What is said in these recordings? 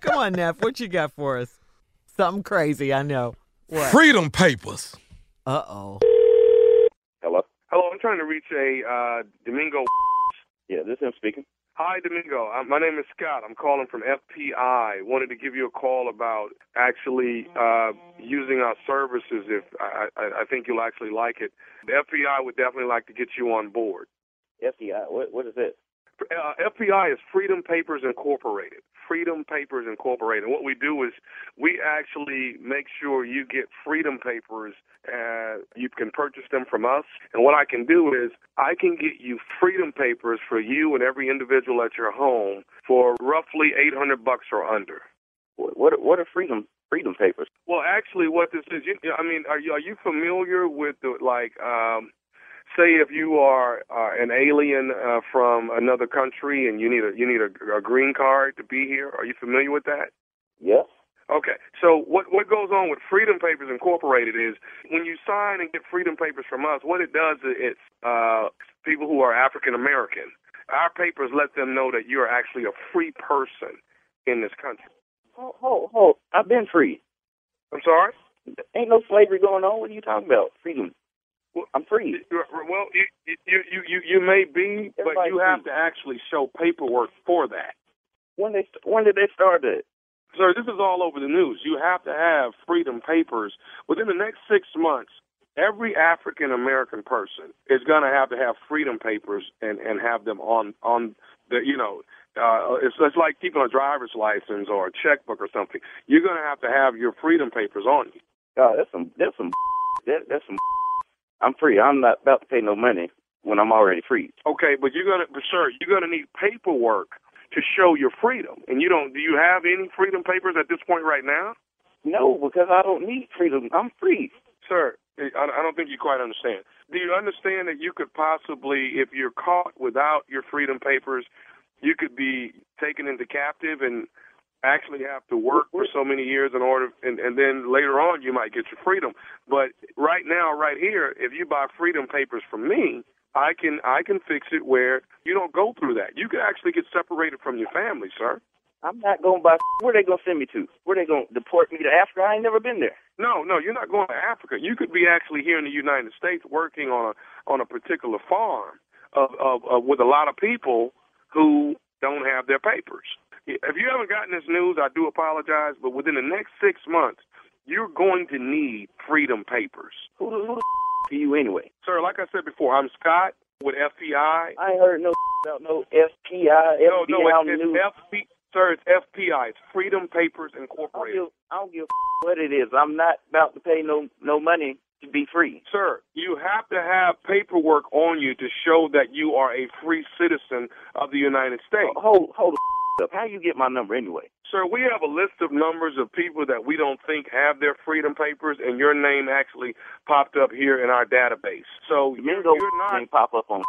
Come on, Neff. What you got for us? Something crazy, I know. What? Freedom papers. Uh oh. Hello? Hello, I'm trying to reach a uh, Domingo. Yeah, this is him speaking. Hi, Domingo. Uh, my name is Scott. I'm calling from FPI. Wanted to give you a call about actually uh, using our services. If I, I, I think you'll actually like it, the FPI would definitely like to get you on board. FDI, what, what is this? uh, FPI is Freedom Papers Incorporated. Freedom Papers Incorporated. What we do is we actually make sure you get freedom papers. Uh, you can purchase them from us. And what I can do is I can get you freedom papers for you and every individual at your home for roughly 800 bucks or under. What, what, are- what are freedom freedom papers? Well, actually, what this is, you, I mean, are you are you familiar with the like, um, say, if you are uh, an alien uh, from another country and you need a you need a, a green card to be here? Are you familiar with that? Yes. Okay. So what what goes on with Freedom Papers Incorporated is when you sign and get Freedom Papers from us, what it does is it's uh, people who are African American. Our papers let them know that you're actually a free person in this country. Ho, ho, ho. I've been free. I'm sorry. Ain't no slavery going on. What are you talking about? Freedom. Well, I'm free. Well, you you you you, you may be, but Everybody you have free. to actually show paperwork for that. When they when did they start that? Sir, this is all over the news. You have to have freedom papers within the next six months. Every African American person is going to have to have freedom papers and and have them on on the you know. Uh, it's, it's like keeping a driver's license or a checkbook or something. You're going to have to have your freedom papers on you. God, that's some that's some that, that's some. I'm free. I'm not about to pay no money when I'm already free. Okay, but you're gonna, but sir, you're gonna need paperwork to show your freedom, and you don't. Do you have any freedom papers at this point right now, No, because I don't need freedom. I'm free. sir? I, I don't think you quite understand. Do you understand that you could possibly, if you're caught without your freedom papers, you could be taken into captive and actually have to work for so many years in order, and, and then later on you might get your freedom. But right now, right here, if you buy freedom papers from me, I can I can fix it where you don't go through that. You can actually get separated from your family, sir. I'm not going by. Where they gonna send me to? Where they gonna deport me to Africa? I ain't never been there. No, no, you're not going to Africa. You could be actually here in the United States working on a on a particular farm of, of, of with a lot of people who don't have their papers. If you haven't gotten this news, I do apologize, but within the next six months, you're going to need freedom papers. Who the, who the are you anyway? Sir, like I said before, I'm Scott with FPI. I ain't heard no about no FPI, No, FBI no, on it's, the it's news. FP, sir, it's FPI. It's Freedom Papers I don't Incorporated. give, I don't give a what it is. I'm not about to pay no no money to be free. Sir, you have to have paperwork on you to show that you are a free citizen of the United States. Hold hold the up. How you get my number anyway? Sir, we have a list of numbers of people that we don't think have their freedom papers, and your name actually popped up here in our database. So you're, Domingo you're not. ain't pop up on.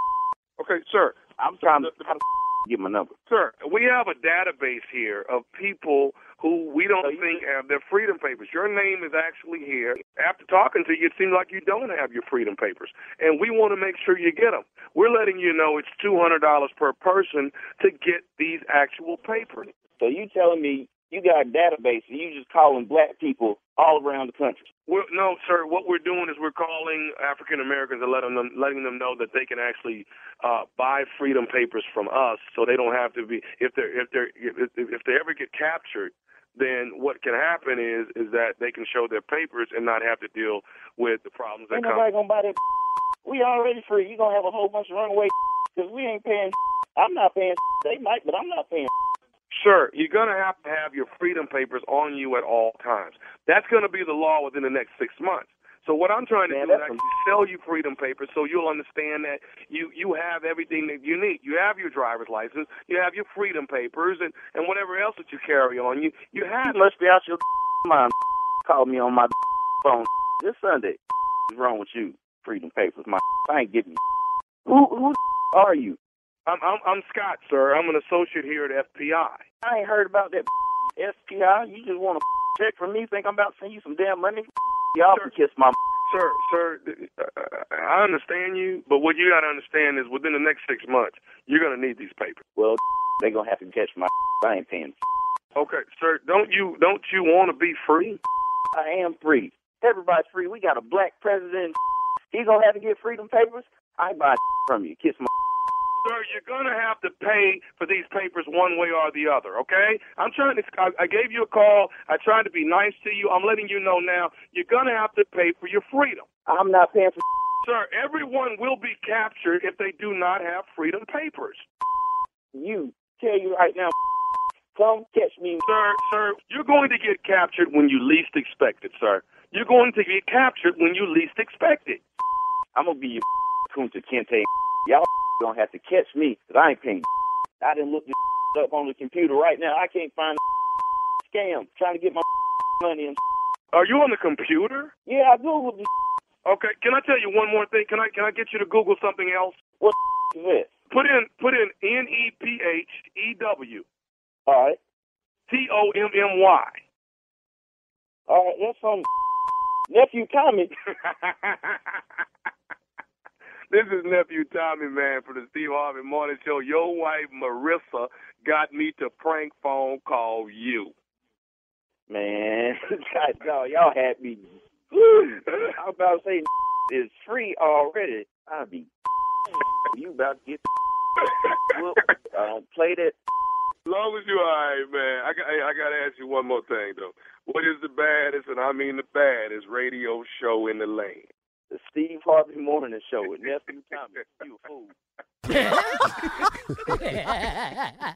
Okay, sir. I'm trying to how the get my number. Sir, we have a database here of people who we So don't you- think have their freedom papers. Your name is actually here. After talking to you, it seems like you don't have your freedom papers, and we want to make sure you get them. We're letting you know it's two hundred dollars per person to get these actual papers. So you telling me you got a database and you just calling black people all around the country? We're, no, sir. What we're doing is we're calling African Americans and letting them letting them know that they can actually uh, buy freedom papers from us, so they don't have to be if they are if they are if, if they ever get captured. Then what can happen is is that they can show their papers and not have to deal with the problems that Ain't come. nobody gonna buy that. We already free. You gonna have a whole bunch of runaway because we ain't paying. I'm not paying. They might, but I'm not paying. Sure, you're gonna have to have your freedom papers on you at all times. That's gonna be the law within the next six months. So what I'm trying to Man, do is that's actually sell you freedom papers so you'll understand that you you have everything that you need. You have your driver's license, you have your freedom papers, and and whatever else that you carry on you. You You have it. must be out your mind. Call me on my phone this Sunday. What's wrong with you? Freedom papers. My I ain't getting. Who who are you? I'm I'm, I'm Scott, sir. I'm an associate here at FPI. I ain't heard about that SPI. You just want a check from me? Think I'm about to send you some damn money? Y'all can kiss my. Sir, sir, th- uh, I understand you, but what you got to understand is within the next six months, you're going to need these papers. Well, they gonna have to catch my. I ain't paying. Okay, sir. Don't you don't you want to be free? I am free. Everybody's free. We got a black president. He's gonna have to get freedom papers. I buy from you. Kiss my. Sir, you're gonna have to pay for these papers one way or the other. Okay? I'm trying to. I, I gave you a call. I tried to be nice to you. I'm letting you know now. You're gonna have to pay for your freedom. I'm not paying for. Sir, everyone will be captured if they do not have freedom papers. You tell you right now. Come catch me. Sir, sir, you're going to get captured when you least expect it, sir. You're going to get captured when you least expect it. I'm gonna be your Kunta Kinte. Y'all gonna have to catch me, 'cause I ain't paying. I didn't look this up on the computer right now. I can't find the scam. Trying to get my money and Are you on the computer? yeah, I googled this. Okay, can I tell you one more thing? Can I can I get you to Google something else? This. Put in put in N E P H E W All right, T O M M Y. all right. That's some nephew comment. This is nephew Tommy, man, from the Steve Harvey Morning Show. Your wife Marissa got me to prank phone call you. Man, God, no, y'all had me. I'm about to say is free already. I'll be. You about to get whooped. I don't play that. As long as you're all right, man. I got, hey, I got to ask you one more thing, though. What is the baddest, and I mean the baddest, radio show in the land? The Steve Harvey Morning Show with nephew Tommy. You a fool.